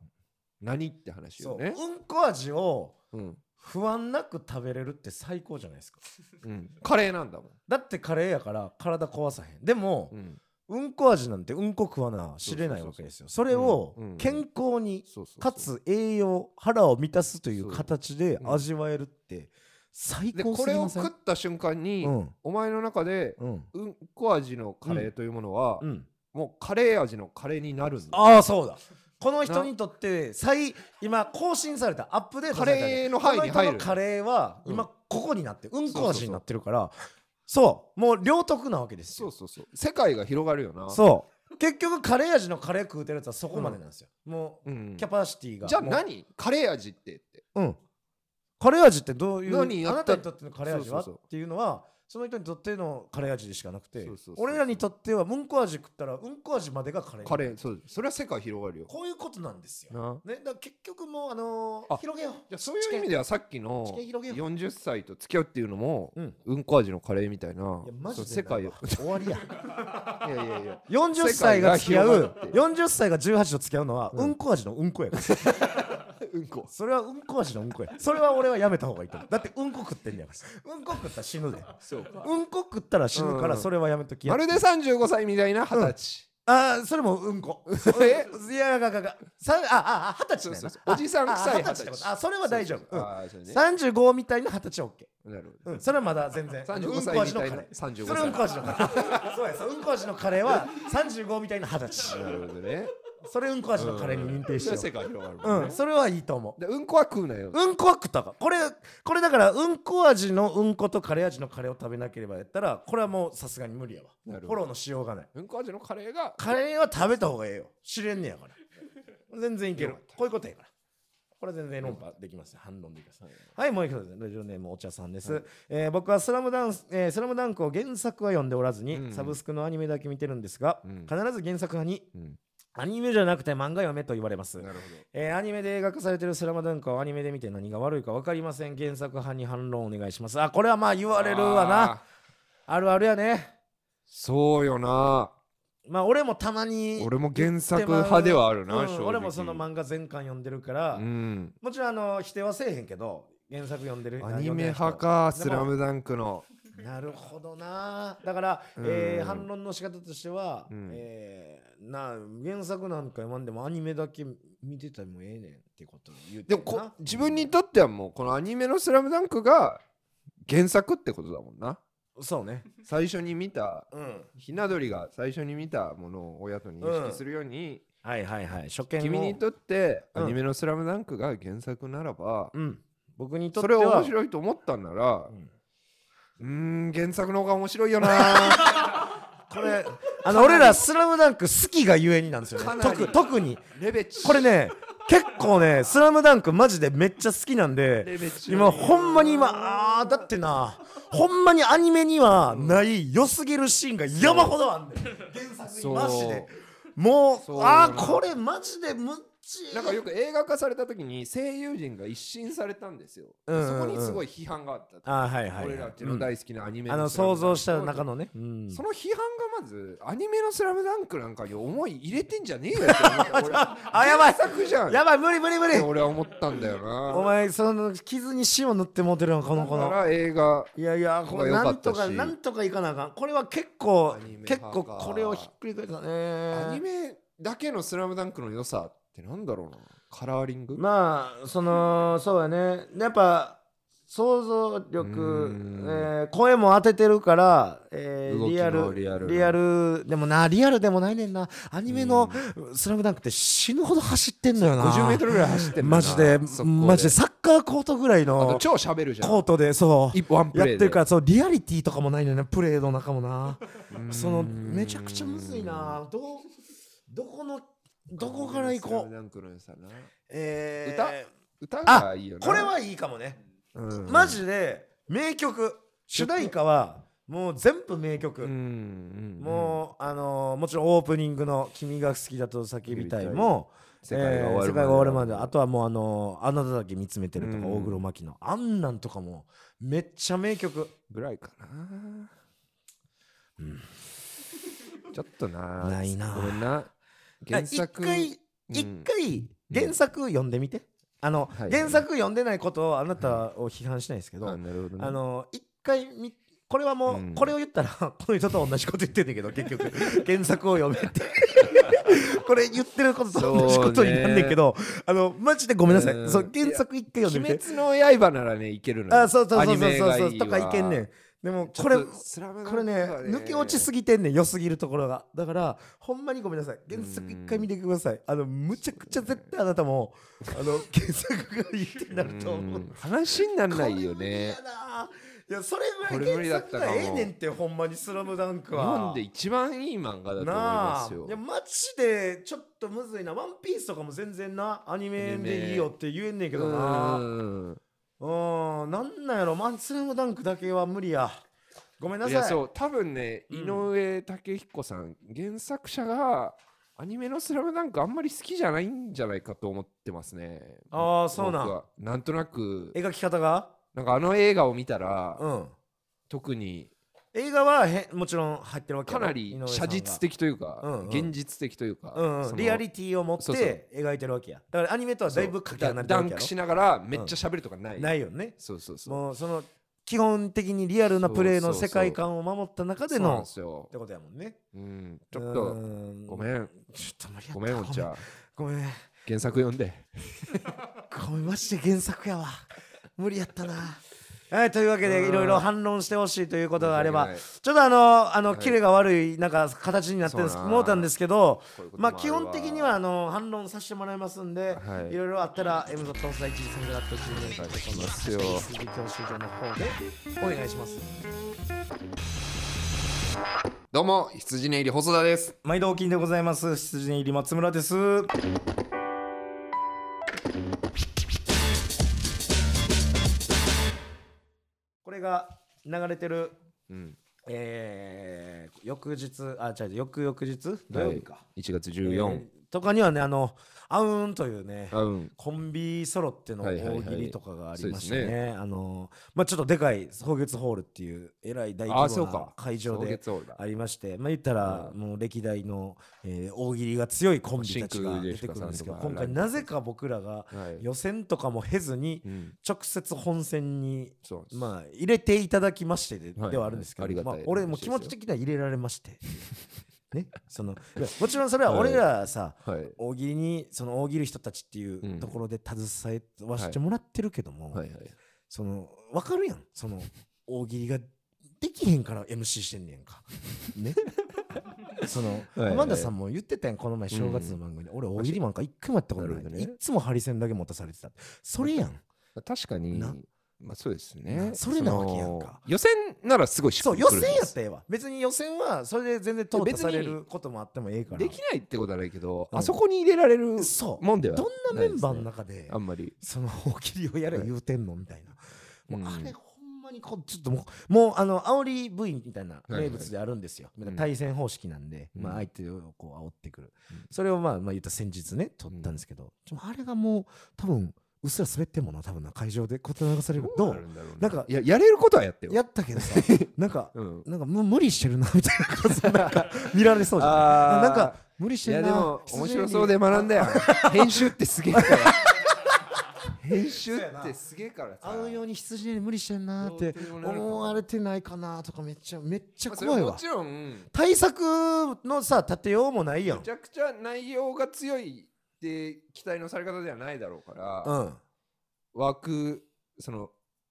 Speaker 1: 何って話
Speaker 2: そ
Speaker 1: よ
Speaker 2: う、
Speaker 1: ね
Speaker 2: うんこ味を
Speaker 1: うん、
Speaker 2: 不安なく食べれるって最高じゃないですか。
Speaker 1: うん、カレーなんだもん、
Speaker 2: だってカレーやから体壊さへん。でも、
Speaker 1: うん、
Speaker 2: うんこ味なんてうんこ食わな知れないわけですよ。それを
Speaker 1: うんうん
Speaker 2: 健康に
Speaker 1: そうそうそう
Speaker 2: かつ栄養腹を満たすという形で
Speaker 1: そううん
Speaker 2: 味わえるって最
Speaker 1: で
Speaker 2: 高
Speaker 1: こ
Speaker 2: す
Speaker 1: れ
Speaker 2: ぎ
Speaker 1: を
Speaker 2: ません
Speaker 1: 食った瞬間に、
Speaker 2: うん
Speaker 1: お前の中で
Speaker 2: うん
Speaker 1: うんこ味のカレーというものは、
Speaker 2: うん
Speaker 1: もうカレー味のカレーになるぞ
Speaker 2: ああそうだこの人にとって最今更新されたアップデートされた
Speaker 1: カレーの範囲に入る
Speaker 2: この人のカレーは
Speaker 1: うん
Speaker 2: 今ここになってうんこ
Speaker 1: そうそうそ
Speaker 2: 味
Speaker 1: う
Speaker 2: になってるからそうもう両得なわけです
Speaker 1: そ
Speaker 2: よ
Speaker 1: うそうそう世界が広がるよな
Speaker 2: そう結局カレー味のカレー食うてるやつはそこまでなんですよ、も
Speaker 1: うん
Speaker 2: うキャパシティが
Speaker 1: じゃあ
Speaker 2: もう
Speaker 1: 何カレー味ってって
Speaker 2: うん、カレー味ってどういう
Speaker 1: 何や
Speaker 2: あ
Speaker 1: った
Speaker 2: なたにとってのカレー味
Speaker 1: そうそ
Speaker 2: は
Speaker 1: うそう
Speaker 2: っていうのはその人にとってのカレー味でしかなく
Speaker 1: そ
Speaker 2: て
Speaker 1: うそうそう
Speaker 2: 俺らにとってはうんこ味食ったらうんこ味までがカレー
Speaker 1: カレーそうそれは世界広がるよ
Speaker 2: こういうことなんですよ、ね、
Speaker 1: な
Speaker 2: だから結局もうあのー
Speaker 1: あ
Speaker 2: 広げよう
Speaker 1: じゃあそういう意味ではさっきの
Speaker 2: 知見広げよ
Speaker 1: 40歳と付き合うっていうのも
Speaker 2: うん
Speaker 1: うんこ味のカレーみたいない
Speaker 2: やマジで
Speaker 1: そう世界を
Speaker 2: なんか終わりや
Speaker 1: いやいやいや
Speaker 2: 40歳が付き合
Speaker 1: 世界が広
Speaker 2: う
Speaker 1: がるって
Speaker 2: 40歳が18と付き合うのは
Speaker 1: うん
Speaker 2: うんこ味のうんこやから
Speaker 1: うんこ
Speaker 2: それは うんこ味のうんこやそれは俺はやめた方がいいと思うだってうんこ食ってんねやからうんこ食ったら死ぬで
Speaker 1: そうか
Speaker 2: うんこ食ったら死ぬからそれはやめときや
Speaker 1: まるで35歳みたいな二十歳
Speaker 2: あーそれもう んこ。えいやがががさあああ二十歳
Speaker 1: そうそ
Speaker 2: だよな
Speaker 1: うそうおじさん
Speaker 2: あ
Speaker 1: 臭い
Speaker 2: あってことあそれ
Speaker 1: そ
Speaker 2: は大丈
Speaker 1: うそう
Speaker 2: 夫。
Speaker 1: あーそうね
Speaker 2: 三十五みたいな二十歳はオッケ
Speaker 1: なるほ
Speaker 2: ー。う
Speaker 1: ど
Speaker 2: んそれはまだ全然。
Speaker 1: 35
Speaker 2: うんこ
Speaker 1: 歳み
Speaker 2: 味の
Speaker 1: た
Speaker 2: カ
Speaker 1: い
Speaker 2: レ
Speaker 1: な
Speaker 2: ー。
Speaker 1: 35
Speaker 2: それはうんこ
Speaker 1: 歳
Speaker 2: 味のカ レー。そうやそううんこ味のカレーは三十五みたいな二十歳。
Speaker 1: なるほどね
Speaker 2: それうんこ味のカレーに認定し
Speaker 1: それは
Speaker 2: よ
Speaker 1: 世界広がる
Speaker 2: う。
Speaker 1: もん
Speaker 2: う
Speaker 1: ね
Speaker 2: んそれはいいと思う。
Speaker 1: でうんこは食うなよ
Speaker 2: うんこは食ったかこれこれだからうんこ味のうんことカレー味のカレーを食べなければやったらこれはもうさすがに無理やわフ
Speaker 1: なるほど
Speaker 2: ォローのしようがない
Speaker 1: うんこ味のカレーが
Speaker 2: カレーは食べた方がええよ知れんねやから全然いけるこういうことやからこれ全然論破できますよ反論できますはいもう一個ですラジオネームお茶さんです、えー僕はスラムダンス、えースラムダンクを原作は読んでおらずに、
Speaker 1: うん
Speaker 2: サブスクのアニメだけ見てるんですが、
Speaker 1: うん
Speaker 2: 必ず原作派に
Speaker 1: うん
Speaker 2: アニメじゃなくて漫画読めと言われます
Speaker 1: なるほ
Speaker 2: えーアニメで描かされてるスラムダンクをアニメで見て何が悪いか分かりません原作派に反論お願いしますあこれはまあ言
Speaker 1: ど
Speaker 2: われるわな
Speaker 1: あー
Speaker 2: あるあるやね
Speaker 1: そうよな
Speaker 2: まあ俺もたまに
Speaker 1: 俺も原作派ではあるな、
Speaker 2: うん
Speaker 1: 正直
Speaker 2: 俺もその漫画全巻読んでるから、
Speaker 1: うん
Speaker 2: もちろんあの否定はせえへんけど原作読んでる
Speaker 1: アニメ派か「スラムダンクの
Speaker 2: 読んでない人なるほどなだから、
Speaker 1: うん
Speaker 2: えー反論の仕方としては、
Speaker 1: うん
Speaker 2: えーな原作なんか読まんでもアニメだけ見てたらもうええねんってことを言う
Speaker 1: で
Speaker 2: て
Speaker 1: も
Speaker 2: んな
Speaker 1: こ自分にとってはもうこのアニメの「スラムダンクが原作ってことだもんな
Speaker 2: そうね
Speaker 1: 最初に見た
Speaker 2: うん
Speaker 1: ひな鳥が最初に見たものを親と認識するように、
Speaker 2: はいはいはい初見を
Speaker 1: 君にとって
Speaker 2: う
Speaker 1: ア
Speaker 2: ん
Speaker 1: ニメの「スラムダンクが原作ならば、
Speaker 2: うん僕にとっ
Speaker 1: そ
Speaker 2: て
Speaker 1: れ
Speaker 2: は
Speaker 1: を面白いと思ったんなら
Speaker 2: うん
Speaker 1: うーん原作の方が面白いよ な
Speaker 2: これあの俺ら「スラムダンク好きがゆえになんですよ
Speaker 1: か
Speaker 2: ね
Speaker 1: なり
Speaker 2: 特特に
Speaker 1: レベチ
Speaker 2: これね結構ね「スラムダンクマジでめっちゃ好きなん
Speaker 1: レ
Speaker 2: で
Speaker 1: ベチ
Speaker 2: 今ほんまに今あーだってなほんまにアニメにはない良すぎるシーンが山ほどあんねん原作
Speaker 1: そ
Speaker 2: に
Speaker 1: う
Speaker 2: マジでも
Speaker 1: そうう
Speaker 2: あーこれマジでむっち
Speaker 1: なんかよく映画化された時に声優陣が一新されたんですよ、
Speaker 2: うんうんうん
Speaker 1: そこにすごい批判があったと、
Speaker 2: あーはいはい、はい、
Speaker 1: 俺らっていうの
Speaker 2: うん
Speaker 1: 大好きなアニメ
Speaker 2: あの
Speaker 1: スラムダン
Speaker 2: 想
Speaker 1: ク
Speaker 2: 像した中のね、うん、
Speaker 1: その批判がまずアニメの「スラムダンクなんかに思い入れてんじゃねえよって思った俺
Speaker 2: あやばい
Speaker 1: 原作じゃん
Speaker 2: やばい無理無理無理
Speaker 1: って俺は思ったんだよな
Speaker 2: お前その傷に塩塗って持てるのこの子
Speaker 1: だ
Speaker 2: の
Speaker 1: から映画
Speaker 2: いやいや、こ
Speaker 1: が
Speaker 2: れ
Speaker 1: 良
Speaker 2: な
Speaker 1: か
Speaker 2: ん
Speaker 1: った
Speaker 2: と
Speaker 1: し
Speaker 2: か、なんとかいかなあかん。これは結構
Speaker 1: アニメ、
Speaker 2: 結
Speaker 1: 派
Speaker 2: 構
Speaker 1: か
Speaker 2: これをひっくり返った
Speaker 1: アニ
Speaker 2: ね。
Speaker 1: メだけの「スラムダンクの良さってなんだろうなカラーリング、
Speaker 2: まあ、その、そうやね。やっぱ、想像
Speaker 1: う
Speaker 2: 力
Speaker 1: ん、
Speaker 2: えー声も当ててるから、えー
Speaker 1: 動き
Speaker 2: リア
Speaker 1: の
Speaker 2: ル、
Speaker 1: リアルな
Speaker 2: リアル、でもな、リアルでもないねんな。アニメのスラムダンクって死ぬほど走ってんのよな。
Speaker 1: 50メートルぐらい走ってる
Speaker 2: マジで、マジで
Speaker 1: で
Speaker 2: サッカーコートぐらい
Speaker 1: あと
Speaker 2: の
Speaker 1: 超喋るじゃん
Speaker 2: コートで、そう。
Speaker 1: 一ワンプ
Speaker 2: やっ
Speaker 1: レ
Speaker 2: て
Speaker 1: ーで
Speaker 2: るから、そう、リアリティとかもないのよね、プレーの中もな。
Speaker 1: うん
Speaker 2: そのめちゃくちゃむずいなどどこのどこから行
Speaker 1: スラ
Speaker 2: こ
Speaker 1: ム
Speaker 2: う
Speaker 1: ダンクの良さな
Speaker 2: え
Speaker 1: 歌がいいよな
Speaker 2: これはいいかもね、
Speaker 1: うん
Speaker 2: マジで名曲主題歌はもう全部名曲、
Speaker 1: うんうん
Speaker 2: もうあのーもちろんオープニングの「君が好きだと叫びたい」も
Speaker 1: うん世界が
Speaker 2: えー世
Speaker 1: 終
Speaker 2: 界が終わ
Speaker 1: わ
Speaker 2: る
Speaker 1: る
Speaker 2: ま
Speaker 1: ま
Speaker 2: で
Speaker 1: で
Speaker 2: あとはもうあのーあなただけ見つめてる」とか、
Speaker 1: うん
Speaker 2: 大黒摩季のあんなんとかもめっちゃ名曲
Speaker 1: ぐらいかなちょっとな
Speaker 2: ないな
Speaker 1: ごめんな原作
Speaker 2: 一回
Speaker 1: うん
Speaker 2: 一回原作読んでみて、あの、
Speaker 1: はい
Speaker 2: 原作読んでないことをあなたを批判しないですけど、
Speaker 1: あなるほどね
Speaker 2: あの一回みこれはもう、
Speaker 1: うん
Speaker 2: これを言ったら この人と同じこと言ってんだ けど結局原作を読めってこれ言ってることと同じことになんねんけど、あのマジでごめんなさい、
Speaker 1: うん
Speaker 2: そう原作一回読んでみ
Speaker 1: 鬼
Speaker 2: て
Speaker 1: 滅の刃ならねいけるのよ
Speaker 2: あそうそう
Speaker 1: ア
Speaker 2: そ
Speaker 1: ニ
Speaker 2: うそう
Speaker 1: メ
Speaker 2: そう
Speaker 1: がいいわ
Speaker 2: とかいけんねんでも
Speaker 1: ちょ
Speaker 2: これ
Speaker 1: っとスラムダン
Speaker 2: こ
Speaker 1: ク
Speaker 2: れ
Speaker 1: は
Speaker 2: ね
Speaker 1: ね
Speaker 2: 抜け落ちすぎてんねん良すぎるところがだからほんまにごめんなさい原作一回見てくださいあのむちゃくちゃ絶対あなたもあの原作がいいってなると思う
Speaker 1: うん話にならないよ
Speaker 2: これ無理
Speaker 1: ね
Speaker 2: やないやそれ
Speaker 1: こ
Speaker 2: ぐ
Speaker 1: れ
Speaker 2: ら
Speaker 1: 無
Speaker 2: い
Speaker 1: 理だった
Speaker 2: 原作
Speaker 1: か
Speaker 2: が
Speaker 1: も
Speaker 2: ええねんってほんまに「スラムダンク
Speaker 1: 日
Speaker 2: は
Speaker 1: 本で一番いい漫画だと思い
Speaker 2: な
Speaker 1: ま
Speaker 2: あ
Speaker 1: すよ
Speaker 2: いやマジでちょっとむずいな「ワンピースとかも全然なアニメでいいよって言えんねんけどな
Speaker 1: うん
Speaker 2: うんなんなんやろマンスラムダンクだけは無理やごめんないさい
Speaker 1: やそう多分ね
Speaker 2: う
Speaker 1: 井
Speaker 2: ん
Speaker 1: 上武彦さん、原作者がアニメの「スラムダンクあんまり好きじゃないんじゃないかと思ってますね
Speaker 2: ああそうなん
Speaker 1: 僕はなんとなく
Speaker 2: 描き方が
Speaker 1: なんかあの映画を見たら、
Speaker 2: うん
Speaker 1: 特に
Speaker 2: 映画はへもちろん入ってるわけや
Speaker 1: かな
Speaker 2: ろ井
Speaker 1: り
Speaker 2: 上さんが
Speaker 1: 写実的というか、
Speaker 2: うんうん
Speaker 1: 現実的というか、
Speaker 2: うんう
Speaker 1: そ
Speaker 2: ん、
Speaker 1: の
Speaker 2: リアリティを持っ
Speaker 1: そうそう
Speaker 2: て描いてるわけやだからアニメとはだいぶかけ離れてる
Speaker 1: ダ
Speaker 2: わ
Speaker 1: ン
Speaker 2: けや
Speaker 1: ク
Speaker 2: ろ
Speaker 1: しながらめっちゃ喋るとかない、
Speaker 2: ないよね
Speaker 1: そうそうそう
Speaker 2: もうその基本的にリアルなプレーの世界観を守った中で
Speaker 1: そうなん
Speaker 2: の
Speaker 1: で
Speaker 2: っ
Speaker 1: すよ
Speaker 2: てことやもんね
Speaker 1: うんちょっとごめ
Speaker 2: ん
Speaker 1: ん
Speaker 2: ちょっと無理やった
Speaker 1: ごめんおんちゃ
Speaker 2: ん
Speaker 1: ん
Speaker 2: ごめん
Speaker 1: 原作読んで
Speaker 2: ごめんまして原作やわ無理やったな はいというわけ
Speaker 1: う
Speaker 2: で
Speaker 1: ん
Speaker 2: いろいろ反論してほしいということがあれば
Speaker 1: 申し
Speaker 2: ちょっとあのあの
Speaker 1: はい
Speaker 2: キレが悪いなんか形になってるんです
Speaker 1: そうな
Speaker 2: 思ったんですけど
Speaker 1: 訳ない
Speaker 2: まあ基本的にはあの反論させてもらいますんで、
Speaker 1: はい
Speaker 2: い、ろいろあったら M ドットスタイチさんがあった
Speaker 1: お願い
Speaker 2: し
Speaker 1: しますよ
Speaker 2: 続き教習所の方でお願いします。
Speaker 1: どうも羊ね入り細田です
Speaker 2: 毎度お金でございます。羊入り松村です。これが流れてる、
Speaker 1: うん
Speaker 2: えー、翌日あ違う違う翌々日土曜日か。
Speaker 1: はい1月
Speaker 2: え
Speaker 1: 14
Speaker 2: ーとかにはねあのあうんというね。
Speaker 1: あうん
Speaker 2: コンビソロっての
Speaker 1: はいはいはい
Speaker 2: 大喜利とかがありましてね、
Speaker 1: そうで
Speaker 2: あのまあちょっとでかい草月ホールっていうえらい大
Speaker 1: あ
Speaker 2: 規
Speaker 1: そう
Speaker 2: 模な
Speaker 1: か
Speaker 2: 会場
Speaker 1: 草
Speaker 2: で
Speaker 1: 月王だ
Speaker 2: ありましてまあ言ったら
Speaker 1: うん
Speaker 2: もう歴代の、えー大喜利が強いコンビたち
Speaker 1: 真
Speaker 2: が
Speaker 1: 空ジ
Speaker 2: 出
Speaker 1: ェシ
Speaker 2: て
Speaker 1: カ
Speaker 2: く
Speaker 1: さんとか
Speaker 2: るんですけど
Speaker 1: ライブ
Speaker 2: 今回なぜか僕らが
Speaker 1: はい
Speaker 2: 予選とかも経ずに
Speaker 1: うん
Speaker 2: 直接本戦に
Speaker 1: そうなんです
Speaker 2: まあ入れていただきましてで,、
Speaker 1: はい
Speaker 2: ではあるんですけど
Speaker 1: ありがたい
Speaker 2: まあ、俺もう気持ち的には入れられ まして。ね、そのいやもちろんそれは俺らさ、
Speaker 1: はい
Speaker 2: 大喜利にその大喜利人たちってい
Speaker 1: うん
Speaker 2: うところで携えわしてもらってるけども、
Speaker 1: はいはい
Speaker 2: その分かるやんその大喜利ができへんから MC してんねやんか。ね その
Speaker 1: はい
Speaker 2: 浜田さんも言ってたやんこの前正月の番組で、俺大喜利なんか一回もやったことない、
Speaker 1: なるほど
Speaker 2: い
Speaker 1: ね
Speaker 2: っつもハリセンだけ持たされてたそれやん
Speaker 1: 確かに
Speaker 2: な
Speaker 1: まあそうですね
Speaker 2: なそれなわけやんか
Speaker 1: その予選ならすごいしっく
Speaker 2: そう
Speaker 1: り
Speaker 2: 予
Speaker 1: くるん
Speaker 2: 選
Speaker 1: です
Speaker 2: やったらええわ別に予選はそれで全然淘汰され
Speaker 1: 別
Speaker 2: ることもあってもええから
Speaker 1: できないってことはないけど
Speaker 2: うん
Speaker 1: あそこに入れられる
Speaker 2: そう
Speaker 1: もんでは
Speaker 2: どんなメンバーの
Speaker 1: ないで
Speaker 2: 中です
Speaker 1: ねあんまり
Speaker 2: その大喜利をやれ言うてんのみたいな。
Speaker 1: うん
Speaker 2: もうあれほんまにこうちょっともう、もうあの、煽り部位みたいない
Speaker 1: はい
Speaker 2: 名物であるんですよ。
Speaker 1: ん
Speaker 2: まあ対戦方式なんで、
Speaker 1: うん
Speaker 2: まあ相手をこう煽ってくる。
Speaker 1: うん
Speaker 2: それをまあ、まあ言ったら先日ね、取ったんですけど、でもあれがもう多分、うっすら滑ってんもんな、多分な、会場でこと流される。どう
Speaker 1: るんだろうね
Speaker 2: なんか
Speaker 1: いややれることはやってよ
Speaker 2: やったけどさ、なんか、
Speaker 1: うん
Speaker 2: なんかもう無理してるな、みたいな感 じで、なんか見られそうじゃ
Speaker 1: あ
Speaker 2: ん。
Speaker 1: ー
Speaker 2: なんか、無理し
Speaker 1: い
Speaker 2: て
Speaker 1: や
Speaker 2: るな。
Speaker 1: でも
Speaker 2: 失礼
Speaker 1: 面
Speaker 2: に
Speaker 1: 白そうで学んだよ。 編集ってすげえ から。編集ってすげえからさ。
Speaker 2: 会うように羊に無理してんなーって
Speaker 1: どうとでもなるかも
Speaker 2: 思われてないかなーとかめっちゃめっちゃ
Speaker 1: まあそれ
Speaker 2: 怖い
Speaker 1: も
Speaker 2: わ
Speaker 1: ちろん、
Speaker 2: 対策のさ立てようもないやん
Speaker 1: めちゃくちゃ内容が強いって期待のされ方ではないだろうから、
Speaker 2: うん
Speaker 1: 枠、その、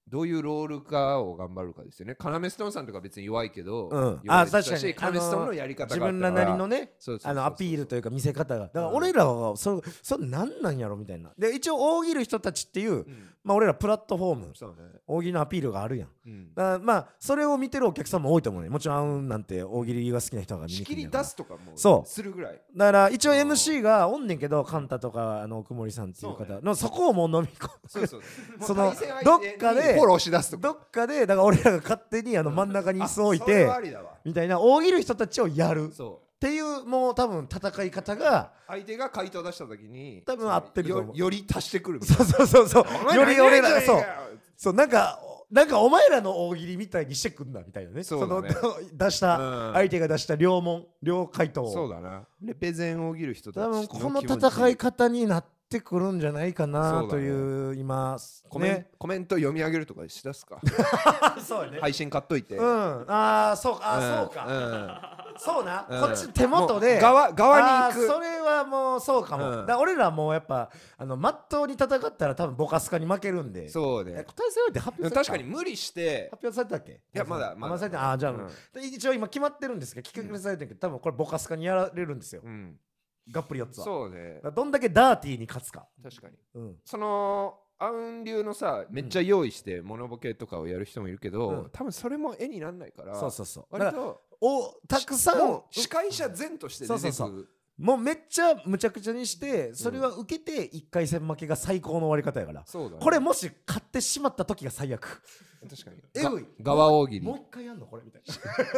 Speaker 1: どういうロールかを頑張るかですよね。カナメストーンさんとか別に弱いけど、
Speaker 2: うん
Speaker 1: 弱い
Speaker 2: あ確かに
Speaker 1: しカナメストーンのやり方があ
Speaker 2: 自
Speaker 1: ったから
Speaker 2: 分らなりのね
Speaker 1: そうそうそう
Speaker 2: あのアピールというか見せ方がだから
Speaker 1: うん
Speaker 2: 俺らはそそれ何なんやろみたいなで一応大喜利人たちっていう
Speaker 1: うん
Speaker 2: まあ俺らプラットフォーム
Speaker 1: そうね。
Speaker 2: 大喜利のアピールがあるやん
Speaker 1: うん
Speaker 2: だからまあそれを見てるお客さんも多いと思うねもちろんあうんなんて大喜利が好きな人が見に
Speaker 1: 仕
Speaker 2: 来
Speaker 1: 切
Speaker 2: て
Speaker 1: り
Speaker 2: んねやから
Speaker 1: 出すとかも
Speaker 2: そう
Speaker 1: するぐらい。
Speaker 2: だから一応 MC がおんねんけどカンタとかあの奥森さんっていう
Speaker 1: そう
Speaker 2: 方
Speaker 1: ね
Speaker 2: のそこをもう飲み込 む
Speaker 1: そうそう。
Speaker 2: その
Speaker 1: もう対戦相手に
Speaker 2: どっかで
Speaker 1: フォローし出すとか。
Speaker 2: どっかでだから俺らが勝手にあの真ん中に椅子を置い
Speaker 1: あそれ
Speaker 2: て
Speaker 1: はありだわ
Speaker 2: みたいな大喜利人たちをやるっ
Speaker 1: そう
Speaker 2: ていうもう多分戦い方が
Speaker 1: 相手が回答出した時に
Speaker 2: 多分合ってると思う
Speaker 1: よより足してくるみたい
Speaker 2: そうそうそうそう
Speaker 1: な
Speaker 2: より俺ら
Speaker 1: そ
Speaker 2: そううそうなんかなんかお前らの大喜利みたいにしてくんなみたいなね
Speaker 1: そうだね
Speaker 2: の 出した相手が出した両問両回答
Speaker 1: そう
Speaker 2: を
Speaker 1: だなレペゼンを切る人たち
Speaker 2: 多分この
Speaker 1: 気持ち
Speaker 2: 戦い方になってくるんじゃないかな
Speaker 1: そうだ
Speaker 2: と
Speaker 1: ね
Speaker 2: いう今
Speaker 1: コメン、
Speaker 2: ね
Speaker 1: コメント読み上げるとかしだ すか
Speaker 2: そうやね
Speaker 1: 配信買っといて、
Speaker 2: うんああそうかあーそうか
Speaker 1: か、
Speaker 2: そうな、
Speaker 1: うん
Speaker 2: こっち手元で
Speaker 1: もう側側に行
Speaker 2: あー
Speaker 1: く
Speaker 2: それはもうそうかも、
Speaker 1: うん
Speaker 2: だから俺らもうやっぱあの真っ当に戦ったら多分ボカスカに負けるんで
Speaker 1: そう
Speaker 2: え
Speaker 1: ね
Speaker 2: 答えせよって発
Speaker 1: でも
Speaker 2: 表さ
Speaker 1: 確
Speaker 2: れた
Speaker 1: かに無理して
Speaker 2: 発表されたっけ
Speaker 1: いやまだまだ
Speaker 2: あされたあーじゃあ、
Speaker 1: うん
Speaker 2: で一応今決まってるんですけど企画されてるけど多分これボカスカにやられるんですよ、
Speaker 1: うん
Speaker 2: がっぷり4つはだか
Speaker 1: そうね
Speaker 2: らどんだけダーティーに勝つか
Speaker 1: 確かに
Speaker 2: うん
Speaker 1: そのアウン流のさめっちゃ用意してモノボケとかをやる人もいるけど、
Speaker 2: うん
Speaker 1: 多分それも絵になんないから
Speaker 2: そうそうそうだ
Speaker 1: 割
Speaker 2: から
Speaker 1: と
Speaker 2: おたくさん
Speaker 1: もう司会者前として出てく
Speaker 2: そうそうもうめっちゃむちゃくちゃにしてそれは受けて1回戦負けが最高の終わり方やから
Speaker 1: そうだね
Speaker 2: これもし勝ってしまった時が最悪
Speaker 1: 確かに
Speaker 2: えぐい
Speaker 1: が側大喜利
Speaker 2: もう一回やんのこれみたい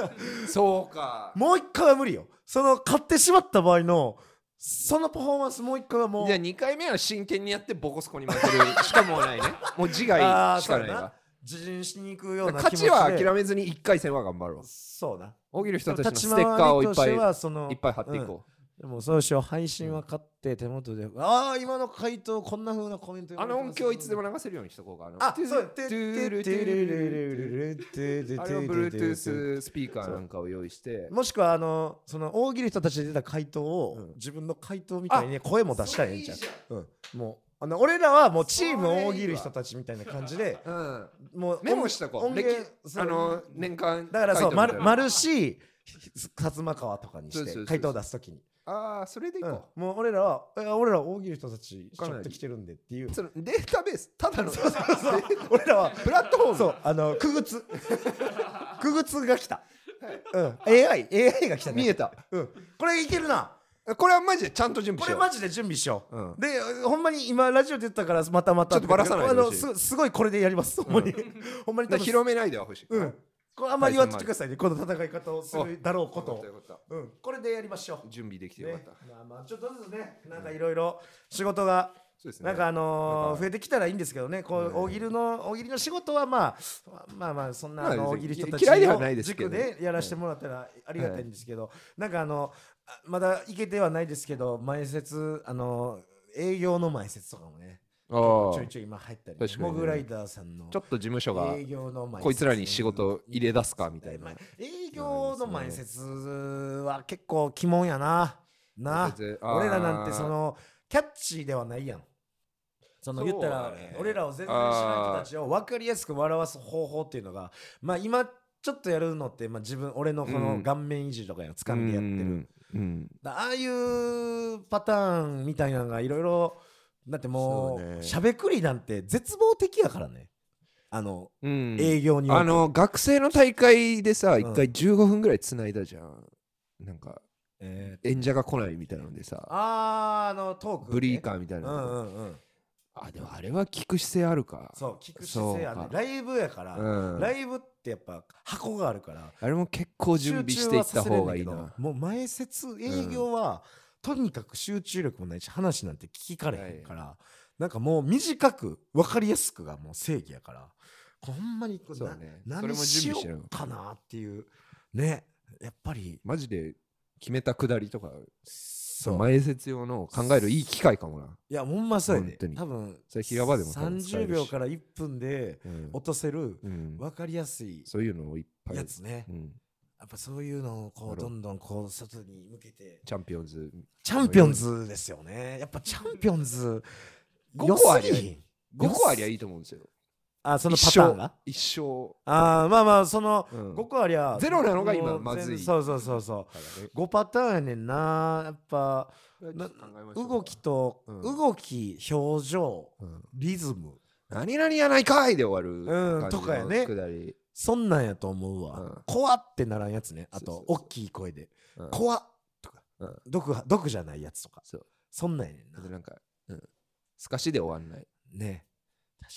Speaker 2: な
Speaker 1: そうか
Speaker 2: もう一回は無理よその勝ってしまった場合のそのパフォーマンスもう一回はもう
Speaker 1: じゃあ2回目は真剣にやってボコスコに負けるしかもうないねもう自
Speaker 2: あ
Speaker 1: 害
Speaker 2: ー
Speaker 1: しか
Speaker 2: そう
Speaker 1: な
Speaker 2: や
Speaker 1: いわ
Speaker 2: 自陣しに行くような
Speaker 1: 勝ちは
Speaker 2: 気持ちで
Speaker 1: 諦めずに1回戦は頑張ろう
Speaker 2: そうな
Speaker 1: 大喜利の人たちの
Speaker 2: 立
Speaker 1: ス
Speaker 2: ち
Speaker 1: テ
Speaker 2: 回
Speaker 1: ッカーをい
Speaker 2: り
Speaker 1: っ
Speaker 2: と
Speaker 1: ぱ
Speaker 2: して
Speaker 1: い
Speaker 2: はその
Speaker 1: いっぱい貼っていこ
Speaker 2: でもそうしよう配信は勝って手元で、ああ今の回答こんな風なコメント
Speaker 1: う、
Speaker 2: 読
Speaker 1: あ
Speaker 2: まれ
Speaker 1: の
Speaker 2: てます
Speaker 1: 音響いつでも流せるようにしとこうかな
Speaker 2: あそう
Speaker 1: トゥルトゥルトゥルあれを Bluetooth スピーカーなんかを用意して
Speaker 2: もしくはあのその大喜利人たちで出た回答を、
Speaker 1: うん
Speaker 2: 自分の回答みたいに声も出したらいいんじゃん
Speaker 1: それいい
Speaker 2: うん、もうあの俺らはもうチーム
Speaker 1: それいいわ
Speaker 2: 大喜利人たちみたいな感じで
Speaker 1: うん
Speaker 2: もう
Speaker 1: メモしとこ
Speaker 2: 音
Speaker 1: う歴
Speaker 2: 源そう
Speaker 1: あの年間
Speaker 2: だからそう
Speaker 1: 書い
Speaker 2: ま
Speaker 1: て
Speaker 2: る
Speaker 1: おくみたいな
Speaker 2: 丸し薩摩川とかに
Speaker 1: そう
Speaker 2: し
Speaker 1: そうそうそ
Speaker 2: て
Speaker 1: う
Speaker 2: 回答出すときに、
Speaker 1: ああそれでいうこ
Speaker 2: ん
Speaker 1: う、
Speaker 2: もう俺らはえ俺ら大喜利人たちち
Speaker 1: かな
Speaker 2: ょっ
Speaker 1: り
Speaker 2: と来てるんでっていう
Speaker 1: そのデータベースただの
Speaker 2: そうそうそう 俺らは
Speaker 1: プラットフォーム
Speaker 2: そうあのくぐ つくぐつが来た、うん、AI, AI が来たね
Speaker 1: 見えた
Speaker 2: うん、これいけるな
Speaker 1: これはマジでちゃんと準備
Speaker 2: こ
Speaker 1: し
Speaker 2: れ
Speaker 1: よう
Speaker 2: マジで準備しよう、
Speaker 1: うん
Speaker 2: でほんまに今ラジオで言ったからまたま
Speaker 1: ち
Speaker 2: た
Speaker 1: ょっとバラさない
Speaker 2: あ
Speaker 1: で
Speaker 2: の
Speaker 1: ほしい
Speaker 2: すすごいこれでやりますほんま に、ほんまに
Speaker 1: だから
Speaker 2: 多分
Speaker 1: 広めないではほしい
Speaker 2: うんこれあんまり言わんとってくださいねこの戦い方をするだろうこ
Speaker 1: ことと
Speaker 2: をうん、これでやりましょう
Speaker 1: 準備できてよかっ
Speaker 2: ね
Speaker 1: た、
Speaker 2: まあまあちょっとずつねなんかいろいろ仕事が
Speaker 1: そうですね
Speaker 2: なんかあ
Speaker 1: なん
Speaker 2: の
Speaker 1: か
Speaker 2: ー増えてきたらいいんですけどね、こ
Speaker 1: うん
Speaker 2: う大喜利の大喜利の仕事はまあまあまあそんな
Speaker 1: まあ
Speaker 2: あの大喜利人たち
Speaker 1: 嫌いではない
Speaker 2: の
Speaker 1: ですけ
Speaker 2: 塾
Speaker 1: ど
Speaker 2: でやらせてもらったらありがたいんですけど、なんかあのあまだいけてはないですけど前説あの営業の前説とかもね
Speaker 1: あ
Speaker 2: ちょい
Speaker 1: ー
Speaker 2: ちょい今入ったり、
Speaker 1: 確かにね
Speaker 2: モグライダーさんの
Speaker 1: ちょっと事務所が
Speaker 2: 営業の前説
Speaker 1: こいつらに仕事を入れ出すかみたい
Speaker 2: ま
Speaker 1: な
Speaker 2: あ営業の前説は結構鬼門やななあ
Speaker 1: 全然あー
Speaker 2: 俺らなんてそのキャッチーではないやんその
Speaker 1: そう
Speaker 2: 言った
Speaker 1: だ
Speaker 2: ら
Speaker 1: ね
Speaker 2: 俺らを全然知らない人たちを分かりやすく笑わす方法っていうのがまあ今ちょっとやるのってまあ自分俺のこ
Speaker 1: う
Speaker 2: の
Speaker 1: ん
Speaker 2: 顔面維持とかやつかんでやってる
Speaker 1: うんうん
Speaker 2: だああいうパターンみたいなのがいろいろだっても
Speaker 1: そう
Speaker 2: う
Speaker 1: ね
Speaker 2: しゃべくりなんて絶望的やからねあの
Speaker 1: うん
Speaker 2: 営業において
Speaker 1: あの学生の大会でさ
Speaker 2: ん
Speaker 1: 一回15分ぐらいつないだじゃんなんか
Speaker 2: えー
Speaker 1: 演者が来ないみたいなのでさ
Speaker 2: あーあのトークね
Speaker 1: ブリーカーみたい
Speaker 2: うん
Speaker 1: な
Speaker 2: う
Speaker 1: の
Speaker 2: んうん
Speaker 1: あでもあれは聞く姿勢あるか
Speaker 2: そう聞く姿勢ある
Speaker 1: そうか
Speaker 2: ライブやから、
Speaker 1: うん
Speaker 2: ライブってやっぱ箱があるから
Speaker 1: あれも結構準備していった方がいい
Speaker 2: 集中は
Speaker 1: な
Speaker 2: させれんねんけどもう前説営業は、とにかく集中力もないし話なんて聞かれへんから、なんかもう短く分かりやすくがもう正義やからこうほんまにこう
Speaker 1: そう
Speaker 2: な
Speaker 1: ねそれ
Speaker 2: 何
Speaker 1: も
Speaker 2: し
Speaker 1: 準備
Speaker 2: よ
Speaker 1: してる
Speaker 2: うかなっていうねやっぱり
Speaker 1: マジで決めたくだりとか
Speaker 2: そう
Speaker 1: 前説用のを考えるいい機会かもな、
Speaker 2: いやほんまそうやで
Speaker 1: 本当に
Speaker 2: 多分
Speaker 1: それ平場でも多分使え
Speaker 2: 30
Speaker 1: るし
Speaker 2: 秒から1分で
Speaker 1: うん
Speaker 2: 落とせる
Speaker 1: うん
Speaker 2: 分かりやすい
Speaker 1: そういうのをいっぱい
Speaker 2: やつね
Speaker 1: うん、
Speaker 2: やっぱそういうのをこ
Speaker 1: な
Speaker 2: う
Speaker 1: るほ
Speaker 2: ど
Speaker 1: ど
Speaker 2: んどんこう外に向けて
Speaker 1: チャンピオンズ
Speaker 2: チャンピオンズですよねやっぱチャンピオンズ
Speaker 1: 5
Speaker 2: 良
Speaker 1: 個あ
Speaker 2: す
Speaker 1: りゃい
Speaker 2: ぎひ
Speaker 1: い
Speaker 2: ん
Speaker 1: 5個ありゃいいと思うんですよ
Speaker 2: あその
Speaker 1: 一
Speaker 2: パ
Speaker 1: 生
Speaker 2: ターンが
Speaker 1: 一生
Speaker 2: あーまあまあその
Speaker 1: うん
Speaker 2: 5個ありゃ
Speaker 1: ゼロなのが今
Speaker 2: もう
Speaker 1: まずい
Speaker 2: 全そうそうそうそう5パターンやねんなやっぱな動き、と、
Speaker 1: うん
Speaker 2: 動き表情
Speaker 1: うん、
Speaker 2: リズム
Speaker 1: 何々やないかいで終わる
Speaker 2: うん
Speaker 1: 感じ
Speaker 2: とかやね
Speaker 1: のくだり、
Speaker 2: そんなんやと思うわ、
Speaker 1: うん
Speaker 2: 怖ってならんやつねあ
Speaker 1: そうそ
Speaker 2: と
Speaker 1: うそう
Speaker 2: 大きい声で
Speaker 1: うん
Speaker 2: 怖っとか、
Speaker 1: うん
Speaker 2: 毒は毒じゃないやつとか
Speaker 1: そう
Speaker 2: そんなんやねんな
Speaker 1: あとなんか、うん、すかしで終わんない
Speaker 2: ね